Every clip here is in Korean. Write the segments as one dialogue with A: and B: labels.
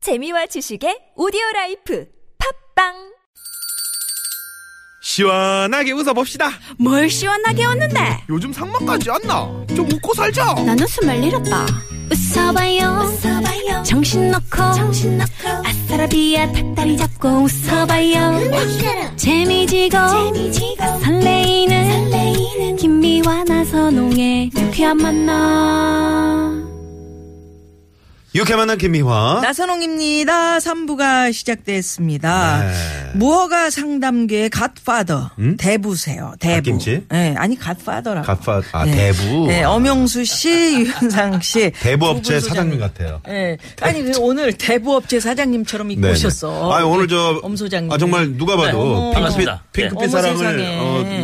A: 재미와 지식의 오디오 라이프 팝빵
B: 시원하게 웃어봅시다.
C: 뭘 시원하게 웃는데
B: 요즘 상만까지 안 나. 좀 웃고 살자.
C: 난 웃음을 잃었다 웃어봐요, 웃어봐요. 정신 놓고 아싸라비아 닭다리 잡고 웃어봐요 재미지고, 설레이는, 김미와 나서 농에 유쾌한 만나
D: 이렇게 만난 김미화.
E: 나선홍입니다. 3부가 시작됐습니다.
D: 네. 음?
E: 무허가 상담계의 갓파더 대부세요. 대부.
D: 갓김치?
E: 네, 아니 갓파더라고.
D: 갓파- 아, 대부.
E: 네, 엄영수 씨, 유현상 씨.
D: 대부업체
E: 두분 소장-
D: 사장님 같아요.
E: 네. 아니 그 오늘 대부업체 사장님처럼 입고
D: 네네.
E: 오셨어.
D: 아니, 오늘 저.
E: 엄 소장님.
D: 아, 정말 누가 봐도
E: 네, 어머.
D: 핑크빛,
F: 반갑습니다.
D: 핑크빛
E: 네.
D: 사랑을
E: 어머, 세상에.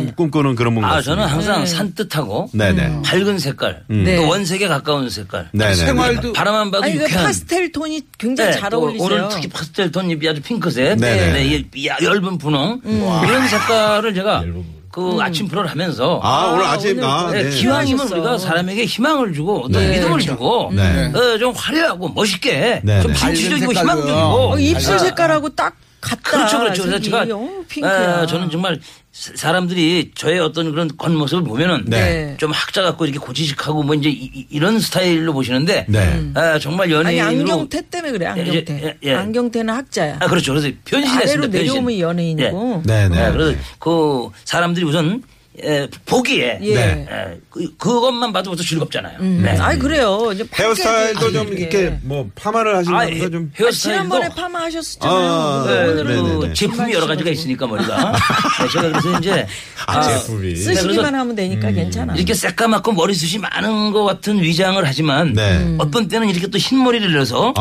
D: 어, 꿈꾸는 그런 분
F: 아,
D: 같습니다.
F: 저는 항상 산뜻하고
D: 네네.
E: 음.
D: 음.
F: 밝은 색깔,
E: 네.
F: 또 원색에 가까운 색깔.
D: 네네.
B: 생활도-
F: 바라만 봐도
E: 아니 그
F: 유쾌한.
E: 파스텔 톤이 굉장히
F: 네,
E: 잘
F: 또
E: 어울리세요.
F: 오늘 특히 파스텔 톤이 아주 핑크색,
D: 네네.
F: 네, 이- 이 얇은 분홍
E: 음.
F: 이런 색깔을 제가 그 아침 프로를 하면서
D: 아, 오늘 아침,
E: 오늘
D: 아,
F: 네,
D: 네.
F: 기왕이면
E: 하셨어. 그렇죠.
F: 우리가 사람에게 희망을 주고 어떤
D: 네.
F: 믿음을 주고
D: 네.
F: 어, 좀 화려하고 멋있게
D: 네,
F: 좀
D: 네.
F: 진취적이고
B: 밝은
F: 희망적이고
B: 색깔로요.
E: 어, 입술 색깔하고 딱 같다.
F: 뭐 그렇죠, 그렇죠. 그래서
E: 색이.
F: 제가
E: 어우, 핑크야.
F: 어, 저는 정말 사- 사람들이 저의 어떤 그런 겉모습을 보면은
D: 네.
F: 좀 학자 같고 이렇게 고지식하고 뭐 이제 이, 런 스타일로 보시는데
D: 네.
F: 아, 정말
E: 아니
F: 연예인으로
E: 안경태 때문에 그래 안경태.
F: 예, 예, 예.
E: 안경태는 학자야.
F: 아 그렇죠. 그래서
E: 아래로
F: 변신했습니다.
E: 내려오면 연예인이고.
D: 네,
F: 네.
D: 네.
F: 그래서 그 사람들이 우선 에, 보기에
E: 예.
D: 네.
F: 에, 그, 그것만 봐도 벌써 즐겁잖아요.
E: 음.
F: 네.
E: 아니 그래요. 이제
D: 헤어스타일도
E: 밖에도
D: 좀
E: 아니,
D: 이렇게
E: 예.
D: 뭐 파마를 하시는
F: 아,
D: 것보다 좀.
F: 헤어스타일도
E: 지난번에 파마
D: 아,
E: 하셨잖아요.
D: 네,
F: 네,
D: 네, 네,
F: 그
D: 네.
F: 제품이 여러 가지가 있으니까 머리가 네, 제가 그래서 이제
D: 아, 제품이.
E: 쓰시기만
F: 그래서
E: 하면 되니까 괜찮아.
F: 음. 이렇게 새까맣고 머리숱이 많은 것 같은 위장을 하지만
D: 네. 아. 음.
F: 어떤 때는 이렇게 또 흰머리를 넣어서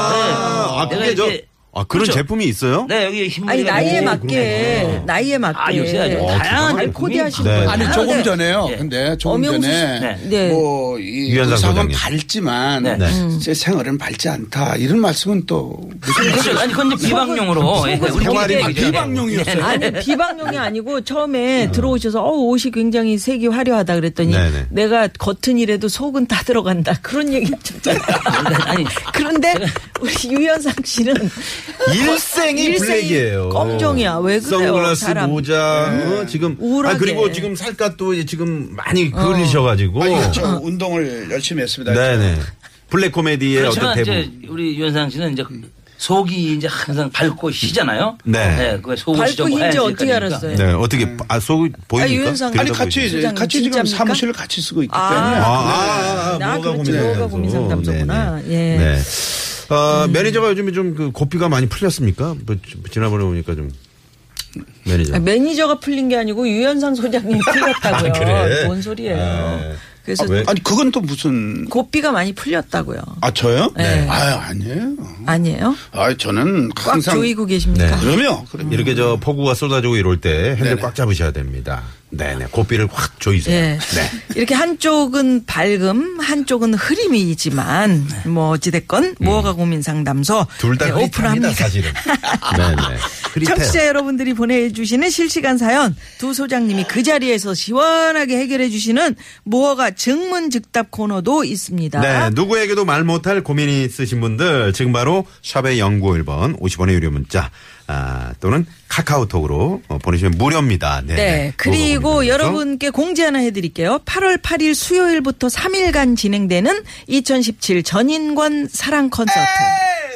D: 아, 아,
F: 네.
D: 그게
F: 내가
D: 저.
F: 이제-
D: 아, 그런
F: 그렇죠.
D: 제품이 있어요?
F: 네 여기
E: 아니
F: 흰머리가
E: 나이에
F: 이렇게
E: 맞게 나이에 맞게 어.
F: 아, 요새 아주 다양한
E: 아니,
F: 제품이-
E: 코디하시는
D: 네.
E: 거예요.
D: 아니,
B: 아니 조금 전에요.
F: 예.
B: 근데 조금
E: 엄영수
B: 전에
F: 씨.
E: 네. 음.
B: 뭐이
D: 유현상
B: 의상은
D: 소장님.
B: 밝지만
F: 네.
B: 제 생활은 밝지 않다 이런 말씀은 또 무슨
F: 그렇죠. 아니 그건 이제 비방용으로 예, 우리
D: 생활이
F: 이렇게
D: 막
F: 이제-
B: 비방용이었어요.
E: 아니 비방용이 아니고 처음에 들어오셔서 어 옷이 굉장히 색이 화려하다 그랬더니
D: 네네.
E: 내가 겉은 이래도 속은 다 들어간다 그런 얘기 했잖아요.
F: 아니
D: 예,
E: 그런데 우리 유현상 씨는
D: 일생이
E: 일생이
D: 블랙이에요.
E: 검정이야. 왜 그래요,
D: 선글라스,
E: 사람. 네.
D: 모자, 어, 지금.
E: 우울하게. 어.
D: 아, 그리고 지금 살갗도 이제 지금 많이 그리셔가지고.
B: 아니
E: 그렇죠.
B: 저 어. 운동을 열심히 했습니다.
D: 네네. 블랙 코미디의 어떤
F: 그렇지만
D: 대부.
F: 이제 우리 유현상 씨는 이제 그 속이 이제 항상 밝고 시잖아요.
D: 네.
F: 그속
E: 밝고 흰지 어떻게 알았어요?
D: 네, 어떻게, 아, 속 보입니까?
E: 유현상.
D: 들여다보이죠?
B: 아니 같이
E: 소장님,
B: 같이 지금
E: 진짜입니까?
B: 사무실을 같이 쓰고 있기 때문에
D: 아,
E: 아,
D: 아, 아,
E: 나
D: 뭐가
E: 그렇지.
D: 고민이야,
E: 뭐가
D: 그래서.
E: 고민 상담소구나.
D: 네네.
E: 예. 음.
D: 네. 어, 매니저가 요즘에 좀 그 고삐가 많이 풀렸습니까? 뭐, 지- 지난번에 보니까 좀 매니저.
E: 아, 매니저가 풀린 게 아니고 유현상 소장님이 풀렸다고요.
D: 네. 아, 그래?
E: 뭔 소리예요?
D: 아.
E: 그래서
D: 아, 왜?
B: 아니 그건 또 무슨
E: 고삐가 많이 풀렸다고요.
B: 아 저요?
E: 네.
B: 아유 아니에요.
E: 아니에요?
B: 아 저는
E: 꽉
B: 항상
E: 조이고 계십니까?
D: 네.
B: 그럼요. 그럼요.
D: 이렇게 저 폭우가 쏟아지고 이럴 때 핸들 꽉 잡으셔야 됩니다. 네네. 고삐를 확 조이세요.
E: 예.
D: 네.
E: 이렇게 한쪽은 밝음, 한쪽은 흐림이지만 뭐 어찌됐건 무허가 고민 상담소
D: 네. 음. 둘다
E: 네,
D: 흐릿합니다, 사실은. 네네. 흐릿해요.
E: 청취자 여러분들이 보내주시는 실시간 사연 두 소장님이 그 자리에서 시원하게 해결해 주시는 무허가 증문즉답 코너도 있습니다.
D: 네, 누구에게도 말 못할 고민이 있으신 분들 지금 바로 샵의 0951번 50원의 유료 문자 아, 또는 카카오톡으로 어, 보내시면 무료입니다. 네.
E: 네. 그리고
D: 고민이죠?
E: 여러분께 공지 하나 해드릴게요. 8월 8일 수요일부터 3일간 진행되는 2017 전인권 사랑 콘서트.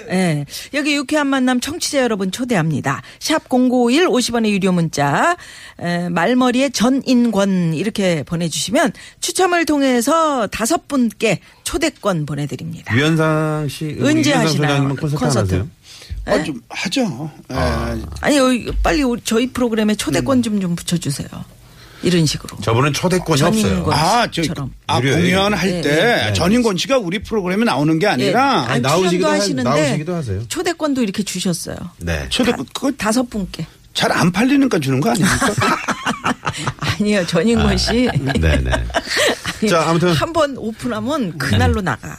E: 네. 여기 유쾌한 만남 청취자 여러분 초대합니다. 샵 0951 50원의 유료 문자, 에, 말머리에 전인권 이렇게 보내주시면 추첨을 통해서 다섯 분께 초대권 보내드립니다.
D: 유현상 씨,
E: 은지
D: 유현상
E: 하시나요?
D: 소장님은 콘서트, 안
E: 콘서트.
D: 하세요?
E: 네.
B: 아, 좀 하죠. 예.
E: 아니, 요 빨리 우리 저희 프로그램에
D: 네.
E: 초대권 좀, 좀 붙여주세요. 이런 식으로.
D: 저번엔 초대권이 없어요.
E: 전인권.
B: 아, 저,
E: 것처럼.
B: 아,
D: 무료예요.
B: 공연할
E: 네,
B: 때 전인권 씨가 우리 프로그램에 나오는 게 아니라
D: 아니,
E: 예. 아니,
D: 나오시기도
E: 나오시기도
D: 하-
E: 하시는데
D: 나오시기도 하세요.
E: 초대권도 이렇게 주셨어요.
D: 네.
B: 초대 그거
E: 다섯 분께.
B: 잘 안 팔리니까 주는 거 아닙니까?
E: 아니요 전인권 씨.
D: 네네.
E: 아니,
D: 자, 아무튼. 네.
E: 한번 오픈하면 그날로 나가.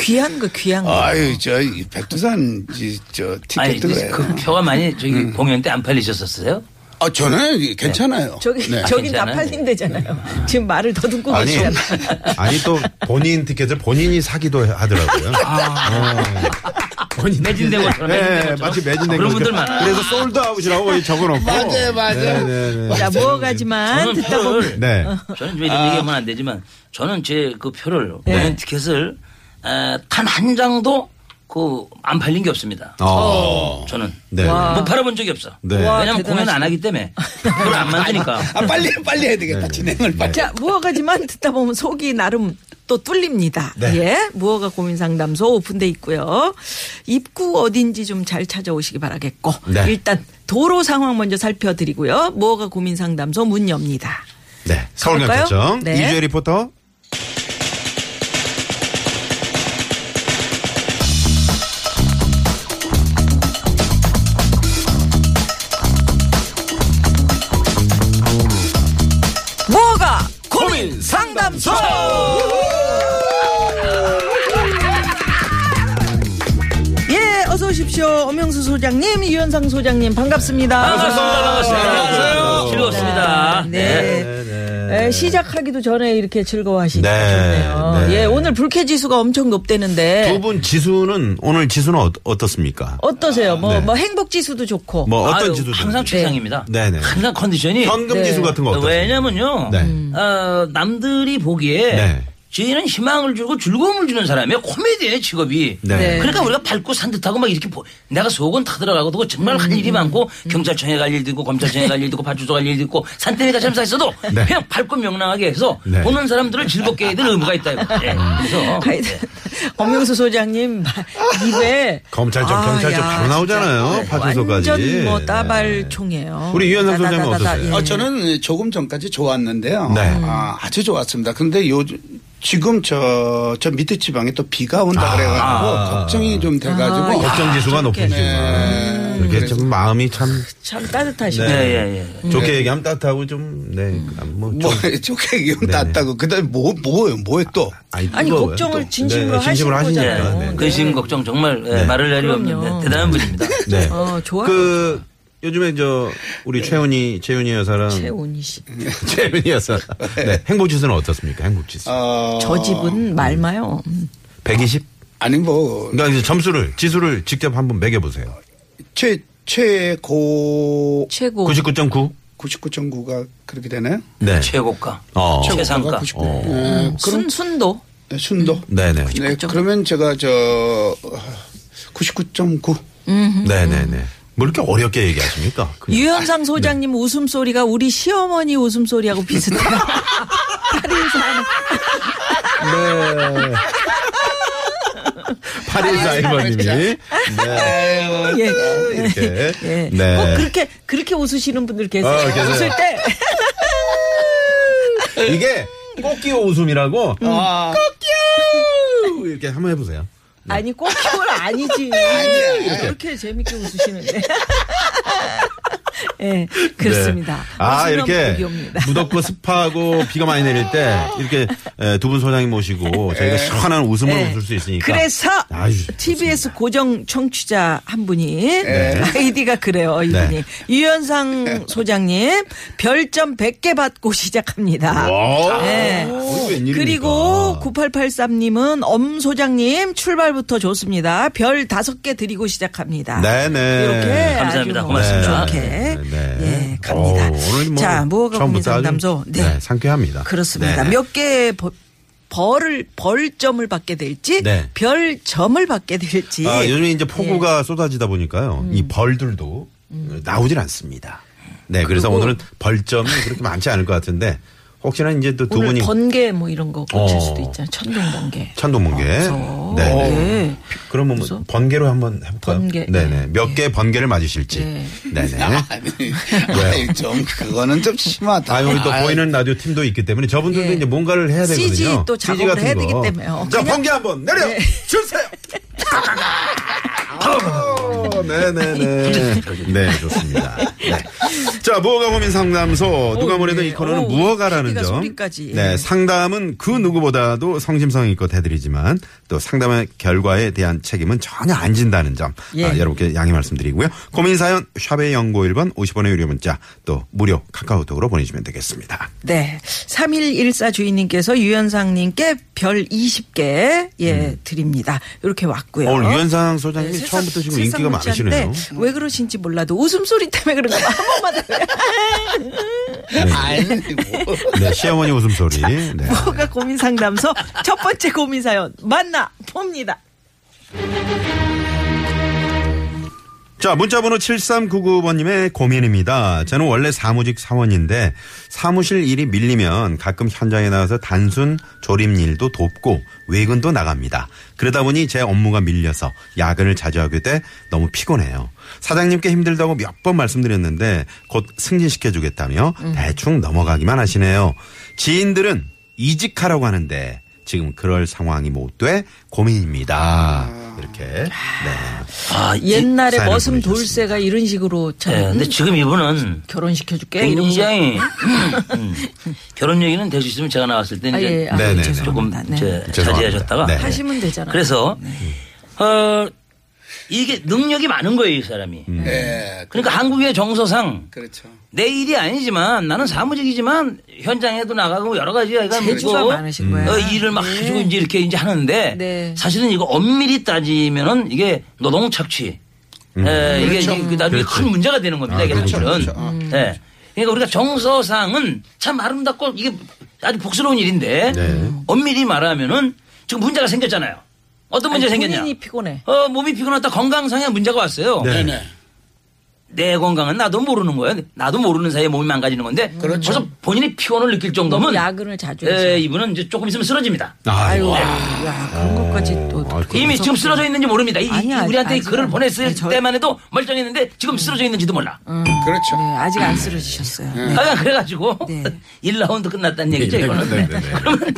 E: 귀한 거 귀한 거.
B: 아유, 저이 백두산 이, 저
F: 아니
B: 티켓도 그래요.
F: 그 표가 많이 저기
D: 음.
F: 공연 때 안 팔리셨었어요?
B: 아, 저는 이- 괜찮아요.
E: 저기
B: 네.
E: 저기 다
F: 괜찮아요. 네.
E: 팔린대잖아요. 지금 말을 더듬고
D: 아니,
E: 계시잖아요. 아,
D: 아니 또 본인 티켓을 본인이 사기도 하더라고요.
F: 매진된 것처럼. 매진된
D: 네,
F: 것처럼.
D: 마치 매진된
F: 그런 분들
D: 것처럼.
F: 많아요.
D: 그래서 솔드아웃이라고 거기 적어놓고.
B: 맞아요, 맞아요.
D: 네네네.
E: 자, 모아가지만
F: 저는
E: 듣다 보면 어. 아.
F: 표를
D: 네.
F: 저는 왜 이런 얘기하면 안 되지만 저는 제 그 표를
E: 네.
F: 내는 티켓을 아, 단 한 장도 그 안 팔린 게 없습니다.
D: 어.
F: 저는
D: 네.
E: 와.
F: 못 팔아본 적이 없어.
D: 네. 와,
F: 왜냐면 공연
E: 대단하시네.
F: 안 하기 때문에 표를 안 만드니까.
B: 아, 빨리, 빨리 해야
D: 네,
B: 되겠다. 진행을 빨리.
E: 자, 무허가지만 듣다 보면 속이 나름 또 뚫립니다.
D: 네.
E: 예. 무허가 고민 상담소 오픈돼 있고요. 입구 어딘지 좀 잘 찾아오시기 바라겠고.
D: 네.
E: 일단 도로 상황 먼저 살펴드리고요. 무허가 고민 상담소 문 엽니다.
D: 네. 서울경찰청
E: 네.
D: 이주혜 리포터.
E: 무허가 고민 상담소! 예, 어서 오십시오. 엄영수 소장님, 유현상 소장님, 반갑습니다.
F: 반갑습니다. 반갑습니다. 안녕하세요. 즐거웠습니다.
E: 네. 에, 시작하기도 전에 이렇게 즐거워하시니까
D: 네,
E: 좋네요.
D: 네.
E: 예, 오늘 불쾌 지수가 엄청 높대는데
D: 두 분 지수는, 오늘 지수는 어, 어떻습니까?
E: 네. 어떠세요? 뭐,
D: 네.
E: 뭐 행복 지수도 좋고.
D: 뭐
F: 아유,
D: 어떤 지수?
F: 항상 최상입니다.
D: 네네.
F: 항상 컨디션이
D: 현금
E: 네.
D: 지수 같은 거 어떠세요?
F: 왜냐면요.
D: 네.
F: 어, 남들이 보기에
D: 네.
F: 저희는 희망을 주고 즐거움을 주는 사람이에요. 코미디의 직업이.
D: 네.
E: 네.
F: 그러니까 우리가 밝고 산뜻하고 막 이렇게 보, 내가 속은 타들어가고 또 정말 할 일이 많고
E: 음.
F: 경찰청에 갈 일도 있고 검찰청에 갈 일도 있고 파출소 갈 일도 있고 산땡이가 참사 있어도
D: 네.
F: 그냥 밝고 명랑하게 해서
D: 네. 음.
F: 보는 사람들을 즐겁게 해야 될 의무가 있다. 이거. 예. 그래서
E: 하여튼 엄영수 소장님 입에
D: 검찰 좀
E: 아,
D: 경찰 좀
E: 야,
D: 바로 나오잖아요.
E: 진짜.
D: 파출소까지.
E: 완전 뭐
D: 네.
E: 따발총이에요.
D: 우리 유현상 소장님
E: 따다다다다.
D: 어떠세요?
E: 예.
B: 어, 저는 조금 전까지 좋았는데요.
D: 네.
B: 아, 아주 좋았습니다. 근데 요즘 지금 저, 저 밑에 지방에 또 비가 온다 그래가지고 걱정이
E: 아,
B: 좀
E: 예.
B: 돼가지고.
D: 아. 걱정 지수가 높으시구나. 이렇게 좀 마음이 참
E: 참 네. 따뜻하시네.
F: 예, 예, 예.
D: 좋게 얘기하면 따뜻하고 좀, 네. 뭐, 좀. 네,
B: 뭐, 쪽에 기운 땄다고. 그 다음에 뭐, 뭐예요? 뭐예요 또?
E: 아니,
D: 뜨거워요,
E: 걱정을
D: 또. 네,
E: 진심으로
D: 진심으로
E: 하시는
D: 하시니까.
E: 거잖아요.
D: 네.
E: 그-
F: 근심 걱정 정말 예, 말을 내리
E: 그럼요.
F: 없는 대단한 분입니다.
D: 네.
E: 어, 좋아요.
D: 그 요즘에 저 우리 최은희 최은희 여사랑
E: 네. 최온이 씨.
D: 최은희 여사 네. 행복 지수는 어떻습니까? 행복 지수
E: 아.
B: 어,
E: 저 집은 말 마요. 음,
D: 120.
B: 아니, 뭐,
D: 그러니까 이제 점수를 지수를 직접 한번 매겨 보세요.
B: 최, 최고
E: 최고.
D: 99.9.
B: 99.9가 그렇게 되나요?
D: 네.
F: 최고가,
D: 어.
F: 최상가.
B: 99.
D: 그러니까.
B: 예,
D: 그-
E: 순, 순도.
B: 네, 순도.
D: 네, 네.
B: 네, 그러면 제가 저, 99.9.
E: 음.
D: 네, 네, 네. 뭐 이렇게 어렵게 얘기하십니까? 그냥.
E: 유현상 소장님
D: 네.
E: 웃음소리가 우리 시어머니 웃음소리하고 비슷해요.
D: 파리사이버님이 네.
E: 예.
D: 이렇게.
E: 예.
D: 네.
E: 꼭 그렇게 그렇게 웃으시는 분들 계세요.
D: 어, 계세요.
E: 웃을 때
D: 이게 꽃기호 웃음이라고
B: 아,
D: 꽃기호 이렇게 한번 해보세요.
E: 아니 꼭 그걸 아니지.
B: 아니야.
E: 그렇게 재밌게 웃으시는데. 예, 그렇습니다.
D: 네. 아,
E: 웃으면
D: 이렇게
E: 복이 옵니다.
D: 무덥고 습하고 비가 많이 내릴 때 이렇게 두 분 소장님 모시고 저희가 시원한 웃음을
E: 네.
D: 웃을 수 있으니까.
E: 그래서
D: 아유,
E: TBS 고정 청취자 한 분이 아이디가 그래요 이분이
D: 네.
E: 유현상 소장님 별점 100개 받고 시작합니다.
D: 와.
E: 네.
D: 오, 웬일입니까?
E: 그리고 9883님은 엄 소장님 출발부터 좋습니다. 별 다섯 개 드리고 시작합니다.
D: 네네.
E: 이렇게
F: 감사합니다.
E: 아주 뭐
F: 고맙습니다.
E: 좋게
D: 네, 네, 네.
E: 예, 갑니다.
D: 오, 오늘 뭐
E: 자,
D: 처음부터
E: 무허가 고민
D: 아주,
E: 상담소. 네.
D: 네, 상쾌합니다.
E: 그렇습니다.
D: 네.
E: 몇 개의 버- 벌을 벌점을 받게 될지
D: 네.
E: 별점을 받게 될지
D: 아, 요즘에 이제 폭우가
E: 예.
D: 쏟아지다 보니까요.
E: 음.
D: 이 벌들도 나오질 않습니다. 네, 그래서 오늘은 벌점이 그렇게 많지 않을 것 같은데 혹시나 이제 또 두
E: 오늘
D: 분이
E: 번개 뭐 이런 거 꽂힐
D: 어.
E: 수도 있잖아요. 천둥 번개.
D: 천둥번개.
E: 무서워.
D: 네.
E: 네.
D: 그러면 뭐 번개로 한번 해볼까요?
E: 번개. 예.
D: 네네. 몇 개 번개를 맞으실지.
E: 네.
D: 네네.
B: 아니, 아니, 좀, 그거는 좀 심하다.
D: 아, 우리 또 보이는 라디오 팀도 있기 때문에 저분들도 이제 뭔가를 해야
E: 예. CG
D: 되거든요.
E: 또
D: CG
E: 작업을
D: 같은
E: 해야
D: 거.
E: 되기 때문에. 어,
D: 자,
E: 그냥- 네.
D: 번개 한번 내려 주세요.
E: 아.
D: 네. 네네네. 네, 좋습니다. 네. 자, 무허가 고민 상담소. 누가
E: 어,
D: 뭐래도
E: 예.
D: 이 코너는
E: 어,
D: 무허가라는
E: 소리가
D: 점.
E: 소리까지. 예.
D: 네, 상담은 그 누구보다도 성심성의껏 해드리지만 또 상담의 결과에 대한 책임은 전혀 안 진다는 점.
E: 예.
D: 아, 여러분께 양해 말씀드리고요. 고민 사연 샵의 연고 1번 50원의 유료 문자 또 무료 카카오톡으로 보내주시면 되겠습니다.
E: 네. 3114 주인님께서 유현상님께 별 20개, 예, 드립니다. 이렇게 왔고요.
D: 오늘 음. 어, 유현상 소장님이
E: 네, 세상-
D: 처음부터 지금
E: 세상
D: 인기가
E: 문자인데
D: 많으시네요.
E: 왜 그러신지 몰라도 웃음소리 때문에 그런가 봐. 한 번만 더 해요.
B: 아이고.
D: 네, 시어머니 웃음소리. 네.
E: 뭐가 고민 상담소 첫 번째 고민 사연 만나 봅니다.
D: 자, 문자번호 7399번님의 고민입니다. 저는 원래 사무직 사원인데 사무실 일이 밀리면 가끔 현장에 나와서 단순 조림 일도 돕고 외근도 나갑니다. 그러다 보니 제 업무가 밀려서 야근을 자주 하게 돼 너무 피곤해요. 사장님께 힘들다고 몇 번 말씀드렸는데 곧 승진시켜주겠다며
E: 음.
D: 대충 넘어가기만 하시네요. 지인들은 이직하라고 하는데 지금 그럴 상황이 못 돼 고민입니다.
E: 아.
D: 이렇게. 네.
F: 아, 이-
E: 옛날에
D: 사연을
E: 머슴
D: 보내주셨습니다. 네,
E: 돌쇠가 이런 식으로 참
F: 예, 근데 지금 예, 이분은
E: 결혼시켜줄게 이러면서
F: 굉장히 음, 결혼 얘기는 될 수 있으면 제가 나왔을 때
E: 아,
F: 이제
E: 예. 아,
D: 네네네.
F: 조금
E: 죄송합니다. 네.
F: 이제
D: 죄송합니다.
F: 자제하셨다가
D: 네.
E: 하시면 되잖아요.
F: 그래서
E: 네.
F: 어 이게 능력이 많은 거예요 이 사람이.
D: 음.
B: 예.
F: 그러니까 한국의 정서상
B: 그렇죠.
F: 내 일이 아니지만 나는 사무직이지만 현장에도 나가고 여러 가지 애가
E: 재주가
F: 있고,
E: 많으신 거야.
F: 어, 일을 막
E: 네.
F: 해주고 이제 이렇게 이제 하는데
E: 네.
F: 사실은 이거 엄밀히 따지면은 이게 노동 착취. 에, 이게
E: 그렇죠.
F: 이게 나중에 큰 문제가 되는 겁니다. 이게
D: 그렇죠,
F: 사실은.
B: 그렇죠. 음. 아,
F: 예. 그러니까 우리가 정서상은 참 아름답고 이게 아주 복스러운 일인데
D: 네.
F: 엄밀히 말하면은 지금 문제가 생겼잖아요. 어떤 문제
E: 아니,
F: 생겼냐?
E: 본인이 피곤해.
F: 어, 몸이 피곤하다 건강상의 문제가 왔어요.
D: 네.
B: 네네.
F: 내 건강은 나도 모르는 거예요. 나도 모르는 사이에 몸이 망가지는 건데
E: 음. 그렇죠.
F: 벌써 본인이 피곤을 느낄 정도면
E: 야근을 자주
F: 예,
E: 해서.
F: 이분은 이제 조금 있으면 쓰러집니다.
E: 아유,
D: 아이고.
E: 야, 그런 것까지 또.
D: 아, 그-
F: 이미 지금 쓰러져 있는지 모릅니다. 이, 이-
E: 아니, 아니,
F: 우리한테 이
E: 아직은-
F: 글을 보냈을
E: 아니, 저- 음.
F: 때만 해도 멀쩡했는데 지금 쓰러져 있는지도 몰라.
B: 그렇죠.
E: 네, 아직 안 쓰러지셨어요. 네.
F: 하여간 아, 그래가지고
E: 네.
F: 일 1라운드 끝났다는 얘기죠. 이거는.
D: 네, 네, 네.
F: 그러면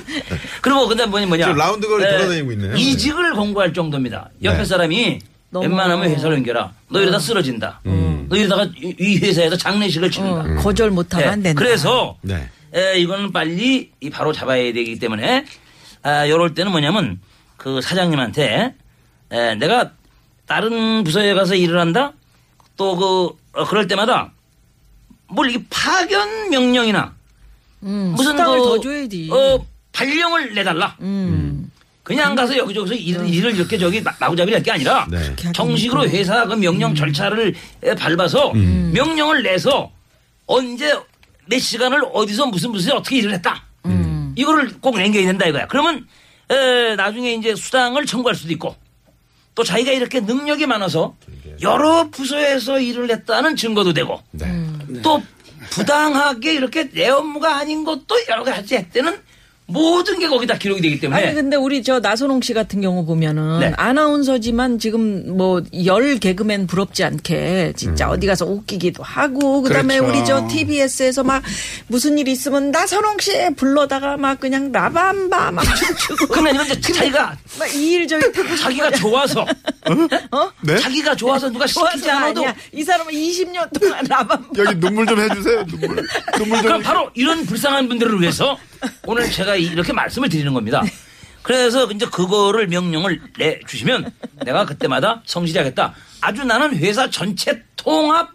F: 그리고 그다음 뭐냐 뭐냐.
D: 지금 라운드 걸이
F: 네,
D: 돌아다니고 있네요.
F: 이직을 공고할 정도입니다. 옆에
D: 네.
F: 사람이
E: 너무- 어. 음.
F: 웬만하면 회사를 옮겨라. 너 이러다 쓰러진다.
D: 음.
F: 너 이러다가 이- 이 회사에서 장례식을 치른다.
E: 어, 거절 못하면 안
F: 네,
E: 된다.
F: 그래서
D: 네.
F: 에, 이거는 빨리 이 바로 잡아야 되기 때문에 아, 요럴 때는 뭐냐면 그 사장님한테 에, 내가 다른 부서에 가서 일을 한다 또 그 그럴 때마다 뭘 이게 파견 명령이나
E: 음,
F: 무슨
E: 수당을
F: 그,
E: 더 줘야지.
F: 어, 발령을 내달라.
E: 음.
F: 그냥 가서 여기저기서 일, 일을 이렇게 저기 마- 마구잡이를 할 게 아니라
D: 네.
E: 그렇게 하긴 음.
F: 정식으로 회사 그 명령 절차를 에, 밟아서 명령을 내서 언제 몇 시간을 어디서 무슨 무슨 어떻게 일을 했다.
E: 음.
F: 이거를 꼭 남겨야 된다 이거야. 그러면 에, 나중에 이제 수당을 청구할 수도 있고 또 자기가 이렇게 능력이 많아서 여러 부서에서 일을 했다는 증거도 되고
D: 네.
E: 음.
F: 또 부당하게 이렇게 내 업무가 아닌 것도 여러 가지 했다는 모든 게 거기다 기록이 되기 때문에
E: 아니 근데 우리 저 나선홍 씨 같은 경우 보면은
F: 네.
E: 아나운서지만 지금 뭐 열 개그맨 부럽지 않게 진짜 어디 가서 웃기기도 하고 음. 그다음에
B: 그렇죠.
E: 우리 저 TBS에서 막 무슨 일이 있으면 나선홍 씨 불러다가 막 그냥 라밤바 막 춤추고
F: 그러면 이제 자기가
E: 막 이일저일
F: 자기가 좋아서
E: 어?
D: 네?
F: 자기가 좋아서 누가 시키지
E: 좋아서가
F: 않아도
E: 아니야. 이 사람은 20년 동안 라밤바
D: 여기 눈물 좀 해주세요. 눈물. 눈물
F: 그럼 바로 이런 불쌍한 분들을 위해서 오늘 제가 이렇게 말씀을 드리는 겁니다.
E: 네.
F: 그래서 이제 그거를 명령을 내 주시면 내가 그때마다 성실하겠다. 아주 나는 회사 전체 통합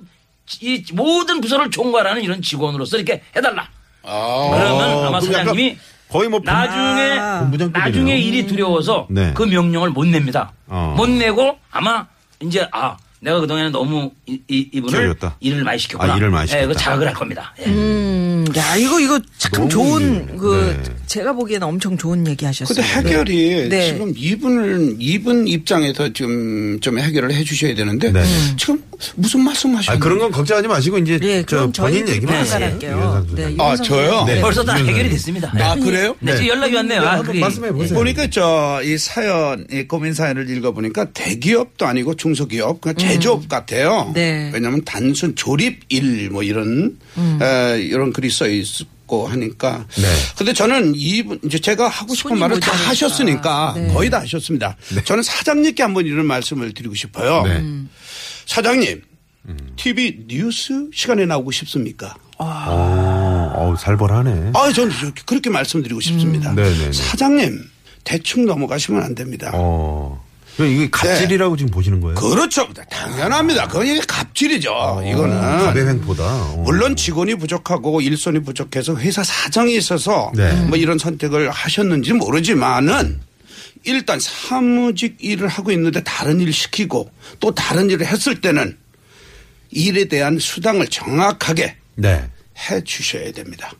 F: 이 모든 부서를 총괄하는 이런 직원으로서 이렇게 해달라. 그러면 아마
D: 어, 그럼 약간
F: 사장님이
D: 거의 뭐
F: 나중에
D: 본부장급이네요.
F: 나중에 일이 두려워서
D: 네.
F: 그 명령을 못 냅니다.
D: 어.
F: 못 내고 아마 이제 아 내가 그동안에 너무 이, 이, 분을
D: 기다렸다.
F: 일을 많이 시켰구나.
D: 아, 일을 많이
F: 예,
D: 시켰다.
F: 그 자각을 할 겁니다. 예.
E: 음, 야 이거 이거 참
D: 너무
E: 좋은
D: 힘드네.
E: 그
D: 네.
E: 제가 보기에는 엄청 좋은 얘기
B: 근데
E: 하셨어요.
B: 해결이
E: 네.
B: 지금 이분을 이분 입장에서 지금 좀 해결을 해주셔야 되는데
D: 네.
B: 지금 무슨
D: 아,
B: 말씀하시는
D: 그런 건 걱정하지 마시고 이제
E: 네,
D: 저
E: 그럼 저희
D: 본인 얘기만
E: 특별한
D: 하세요.
E: 할게요.
D: 유현상 소장님.
E: 네,
B: 아 저요?
D: 네.
F: 벌써 다
D: 이거는-
F: 해결이 됐습니다.
B: 아 그래요?
F: 네, 지금 연락이 왔네요. 아,
D: 한번
F: 그게.
D: 말씀해 보세요.
B: 보니까 저 이 사연, 이 고민 사연을 읽어보니까 대기업도 아니고 중소기업, 그냥 제조업 같아요.
E: 음. 네.
B: 왜냐하면 단순 조립일 뭐 이런
E: 음.
B: 에, 이런 글이 써 있고 하니까.
D: 네.
B: 근데 저는 이분 이제 제가 하고 싶은
E: 손이
B: 말을 다
E: 모자라니까.
B: 하셨으니까
E: 네.
D: 네.
B: 거의
E: 음.
B: 다 하셨습니다. 저는 사장님께 한번 이런 말씀을 드리고 싶어요.
D: 네.
B: 사장님, TV 뉴스 시간에 나오고 싶습니까?
D: 어, 어우, 살벌하네.
B: 아, 저는 저렇게 그렇게 말씀드리고 싶습니다.
D: 음. 네네네.
B: 사장님 대충 넘어가시면 안 됩니다.
D: 어. 그러니까 이게 갑질이라고 지금 보시는 거예요?
B: 그렇죠. 당연합니다. 그건 이게 갑질이죠. 이거는
D: 갑의 횡포다. 어.
B: 물론 직원이 부족하고 일손이 부족해서 회사 사정이 있어서
D: 네.
B: 뭐 이런 선택을 하셨는지 모르지만은 일단 사무직 일을 하고 있는데 다른 일 시키고 또 다른 일을 했을 때는 일에 대한 수당을 정확하게
D: 네.
B: 해 주셔야 됩니다.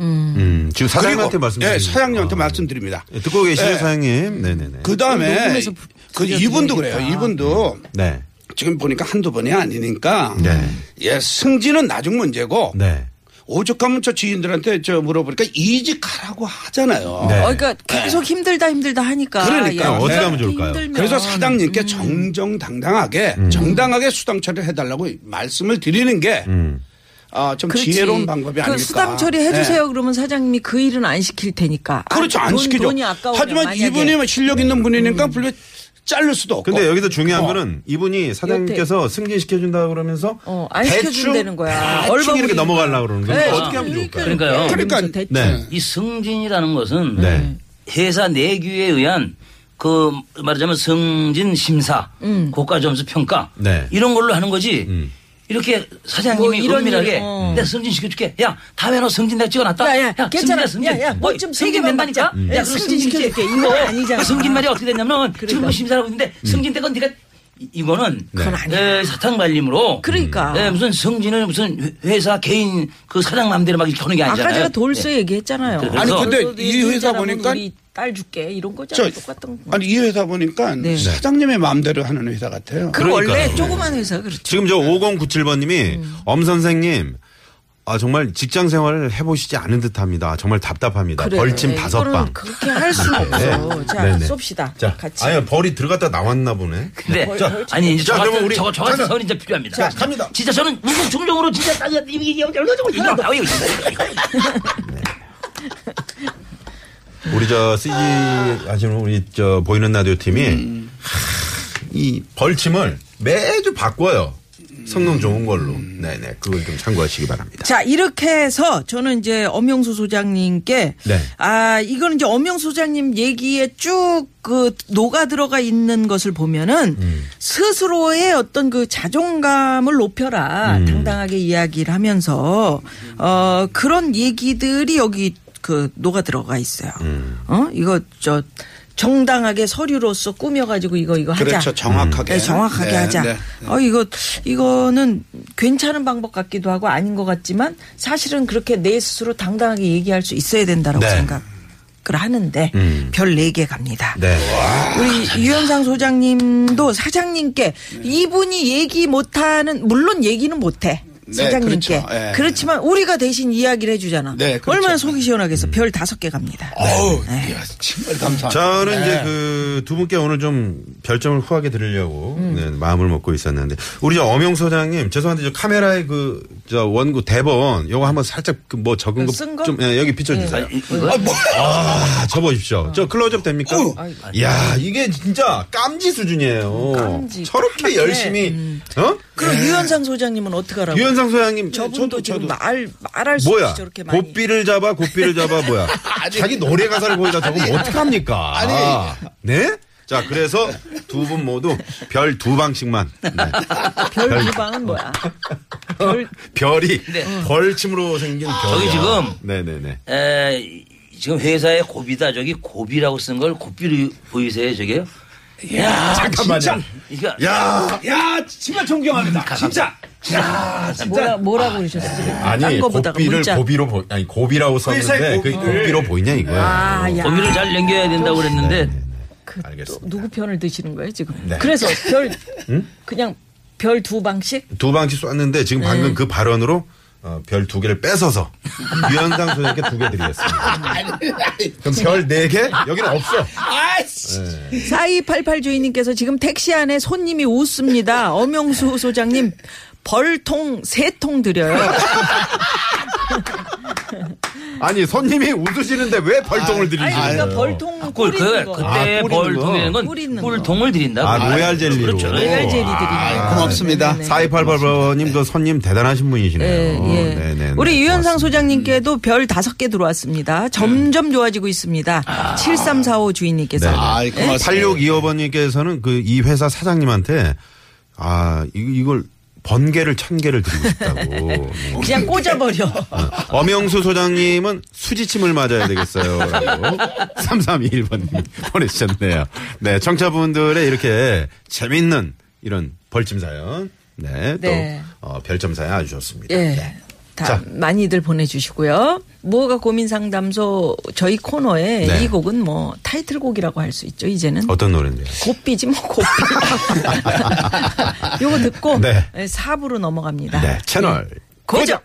D: 음, 지금 사장님한테
B: 그리고,
D: 말씀드리는
B: 예, 사장님한테
D: 거니까.
B: 말씀드립니다.
D: 예, 듣고 계시죠,
B: 예.
D: 사장님? 네네네.
B: 그 다음에
E: 녹음해서 부-
B: 그 이분도 그래요. 이분도
D: 네.
B: 지금 보니까 한두 번이 아니니까
D: 네.
B: 예 승진은 나중 문제고
D: 네.
B: 오죽하면 저 지인들한테 저 물어보니까 이직하라고 하잖아요.
D: 네.
E: 어, 그러니까 계속 힘들다 힘들다 하니까.
B: 그러니까.
E: 야,
D: 어떻게
E: 그렇게
D: 하면 좋을까요?
E: 힘들면.
B: 그래서
E: 음.
B: 사장님께 정정당당하게 정당하게 수당 처리해달라고 말씀을 드리는 게
D: 음.
B: 아, 좀
E: 그렇지.
B: 지혜로운 방법이
E: 그
B: 아닐까.
E: 수당 처리해 주세요. 그러면 사장님이 그 일은 안 시킬 테니까.
B: 네. 그렇죠.
E: 아,
B: 안
E: 돈,
B: 시키죠.
E: 돈이 아까우면
B: 하지만
E: 만약에. 음.
B: 이분이 뭐 실력 있는 분이니까 분명 자를 수도 없고.
D: 근데 여기서
B: 어.
D: 중요한 거는 이분이 사장님께서 승진시켜준다 그러면
E: 어, 안 시켜준다는 거야.
D: 대충 이렇게
E: 얼버무리는
D: 넘어가려고 그러는 거예요.
E: 네.
D: 어떻게 하면 좋을까요?
F: 그러니까요.
B: 그러니까
E: 대충.
D: 네.
F: 이 승진이라는 것은
D: 네.
F: 회사 내규에 의한 그 말하자면 승진 심사,
E: 음.
F: 고가 점수 평가
D: 네.
F: 이런 걸로 하는 거지.
D: 음.
F: 이렇게 사장님이
E: 뭐 이런
F: 은밀하게
E: 일, 어.
F: 내가 승진 시켜줄게. 야 다음에 너 승진 내가 찍어놨다.
E: 야, 야, 괜찮아.
F: 승진이야, 승진.
E: 야, 야, 뭐좀
F: 승진
E: 세게
F: 된다니까.
E: 음.
F: 야,
E: 야,
F: 승진,
E: 승진
F: 시켜줄게.
E: 시켜줄게.
F: 이거
E: 이거 아니잖아.
F: 승진 말이 어떻게 됐냐면
E: 그러니까.
F: 지금 심사라고 했는데
D: 음.
F: 승진 때건 네가 이- 이거는
D: 그건
F: 에, 사탕 발림으로
E: 그러니까.
F: 예, 무슨 승진은 무슨 회- 회사 개인 그 사장 마음대로 막 이렇게 하는 게 아니잖아요.
E: 아까 제가 돌쇠
F: 예.
E: 얘기했잖아요.
F: 그래,
B: 아니
F: 그래서-
B: 근데
E: 너도
B: 이 회사
E: 사람은
B: 보니까
E: 우리 딸 줄게 이런 거잖아.
B: 저
E: 똑같은 거. 네.
B: 아니 이 회사 보니까 사장님의 마음대로 하는 회사 같아요.
E: 그 원래
D: 그러니까요.
E: 조그만 회사 그렇죠.
D: 지금 저 5097번님이
E: 음.
D: 엄 선생님 아 정말 직장 생활을 해보시지 않은 듯합니다. 정말 답답합니다.
E: 그래. 네,
D: 벌침 다섯
E: 예, 이거는
D: 방. 네.
E: 그렇게 할 수는 없어. 자, 그러니까.
D: 네네.
E: 쏩시다.
D: 자,
E: 같이.
D: 아니 벌이 들어갔다 나왔나 보네.
F: 근데
D: 자,
F: 아니 이제
D: 뭐, 자,
F: 저
D: 그러면
F: 같은
D: 우리
F: 저거 저 같은
D: 잠깐.
F: 선이 이제 필요합니다.
D: 자, 갑니다.
F: 진짜 저는 무슨 중종으로 진짜 따지야 이게 이게 이게 얼마나 이거 나와 이거.
D: 우리 저 CG
E: 아.
D: 하시는 우리 저 보이는 라디오 팀이
E: 음.
D: 하, 이 벌침을 매주 바꿔요. 성능 좋은 걸로. 네네. 그걸 좀 참고하시기 바랍니다.
E: 자, 이렇게 해서 저는 이제 엄영수 소장님께
D: 네.
E: 아, 이거는 이제 엄영수 소장님 얘기에 쭉 그 녹아 들어가 있는 것을 보면은
D: 음.
E: 스스로의 어떤 그 자존감을
D: 음.
E: 높여라. 당당하게 이야기를 하면서 어, 그런 얘기들이 여기 그 녹아 들어가 있어요.
D: 음.
E: 어? 이거 저 정당하게 서류로서 꾸며가지고 이거 이거 하자.
B: 그렇죠. 정확하게.
E: 네, 정확하게
B: 네,
E: 하자.
B: 네.
E: 어, 이거, 이거는 괜찮은 방법 같기도 하고 아닌 것 같지만 사실은 그렇게 내 스스로 당당하게 얘기할 수 있어야 된다라고
D: 네.
E: 생각을 하는데 별 4개 갑니다.
D: 네.
E: 우리 유현상 소장님도 사장님께 이분이 얘기 못하는, 물론 얘기는 못해.
B: 네,
E: 사장님께.
B: 그렇죠. 예.
E: 그렇지만 우리가 대신 이야기를 해주잖아.
B: 네, 그렇죠.
E: 얼마나 속이 시원하겠어. 별 다섯 개 갑니다.
B: 어우, 이야, 정말 감사합니다.
D: 아, 저는
B: 네.
D: 이제 그 두 분께 오늘 좀 별점을 후하게 드리려고 네, 마음을 먹고 있었는데 우리 저 엄영 소장님 죄송한데 저 카메라에 그 저 원고 대본 요거 한번 살짝 그 뭐 적은
E: 아, 쓴 거? 네.
D: 거좀 여기 비춰주세요.
B: 아, 뭐야?
D: 아, 접어십시오. 저 클로즈업 됩니까?
B: 어휴.
D: 야 이게 진짜 깜지 수준이에요.
E: 깜지,
D: 저렇게
E: 까맣게.
D: 열심히 어?
E: 그럼 유현상 소장님은 어떻게 하라고?
D: 유현상 소장님
E: 저분도
D: 저도-
E: 지금
D: 저도-
E: 말 말할 수
D: 뭐야?
E: 없이 저렇게 많이
D: 고삐를 잡아 고삐를 잡아 뭐야? 자기 노래 가사를 거기다 적으면 어떡 합니까? 아니 네? 자 그래서 두 분 모두 별 두 방씩만 네.
E: 별 유방은 뭐야? 별
D: 별이
F: 네.
D: 벌침으로 생긴
E: 아.
D: 별이
F: 저기 지금
D: 네네네
F: 에, 지금 회사의 고비다 저기 고비라고 쓴 걸 고비로 보이세요 저게요? 야
D: 잠깐만요.
F: 진짜. 이거
D: 야
B: 야, 정말 존경합니다. 진짜.
E: 뭐라 뭐라고 그러셨어요?
D: 아, 아니
E: 딴 거보다가
D: 고삐를
E: 문자.
D: 고비로 보 아니 고비라고 썼는데
B: 회사의
D: 그게 고비로 보이냐 이거야.
E: 네. 아, 야.
F: 고비를 잘 넘겨야 된다고 그랬는데
E: 그,
D: 어, 알겠습니다.
E: 또 누구 편을 드시는 거예요 지금?
D: 네.
E: 그래서 별 그냥 별 두 방씩
D: 두 방씩 쐈는데 지금
E: 네.
D: 방금 그 발언으로 어, 별 두 개를 뺏어서 유현상 소장님께 두 개 드리겠습니다. 그럼 별 네 개? 여기는 없어.
B: 아이씨.
E: 4288 주인님께서 지금 택시 안에 손님이 웃습니다. 엄영수 소장님 벌통 세 통 드려요.
D: 아니 손님이 웃으시는데 왜 벌통을 드리지?
E: 아니
D: 아,
E: 그러니까 벌통 꿀
F: 꿀, 그,
E: 있는 거.
D: 아,
F: 그때
D: 꿀 있는 거.
F: 벌통이라는 건
E: 꿀 있는
F: 꿀통을 드린다.
D: 아, 로얄 젤리로.
F: 그렇죠.
D: 어,
E: 로얄 젤리
B: 아,
E: 드리네요.
B: 고맙습니다.
E: 네네네.
D: 4288번님 그 손님 대단하신 분이시네요.
E: 예, 예.
D: 어, 네네네.
E: 우리 유현상
D: 고맙습니다.
E: 소장님께도 별 다섯 개 들어왔습니다. 점점 좋아지고 있습니다. 7345 주인님께서.
D: 네.
B: 아이, 고맙습니다.
D: 8625번님께서는 그 이 회사 사장님한테 아 이- 이걸 번개를 천 개를 드리고 싶다고. 어,
E: 그냥 꽂아버려.
D: 엄영수 소장님은 수지침을 맞아야 되겠어요. 3321번님 보내주셨네요. 네, 청자분들의 이렇게 재밌는 이런 벌침 사연. 네, 또
E: 네.
D: 어, 별점 사연 아주 좋습니다. 네.
E: 예. 다
D: 자.
E: 많이들 보내주시고요. 무허가 고민 상담소 저희 코너에
D: 네.
E: 이 곡은 뭐 타이틀곡이라고 할 수 있죠. 이제는
D: 어떤 노래인데요?
E: 고삐지 뭐 고삐. 요거 듣고
D: 네.
E: 네. 4부로 넘어갑니다.
D: 네, 채널
E: 고정.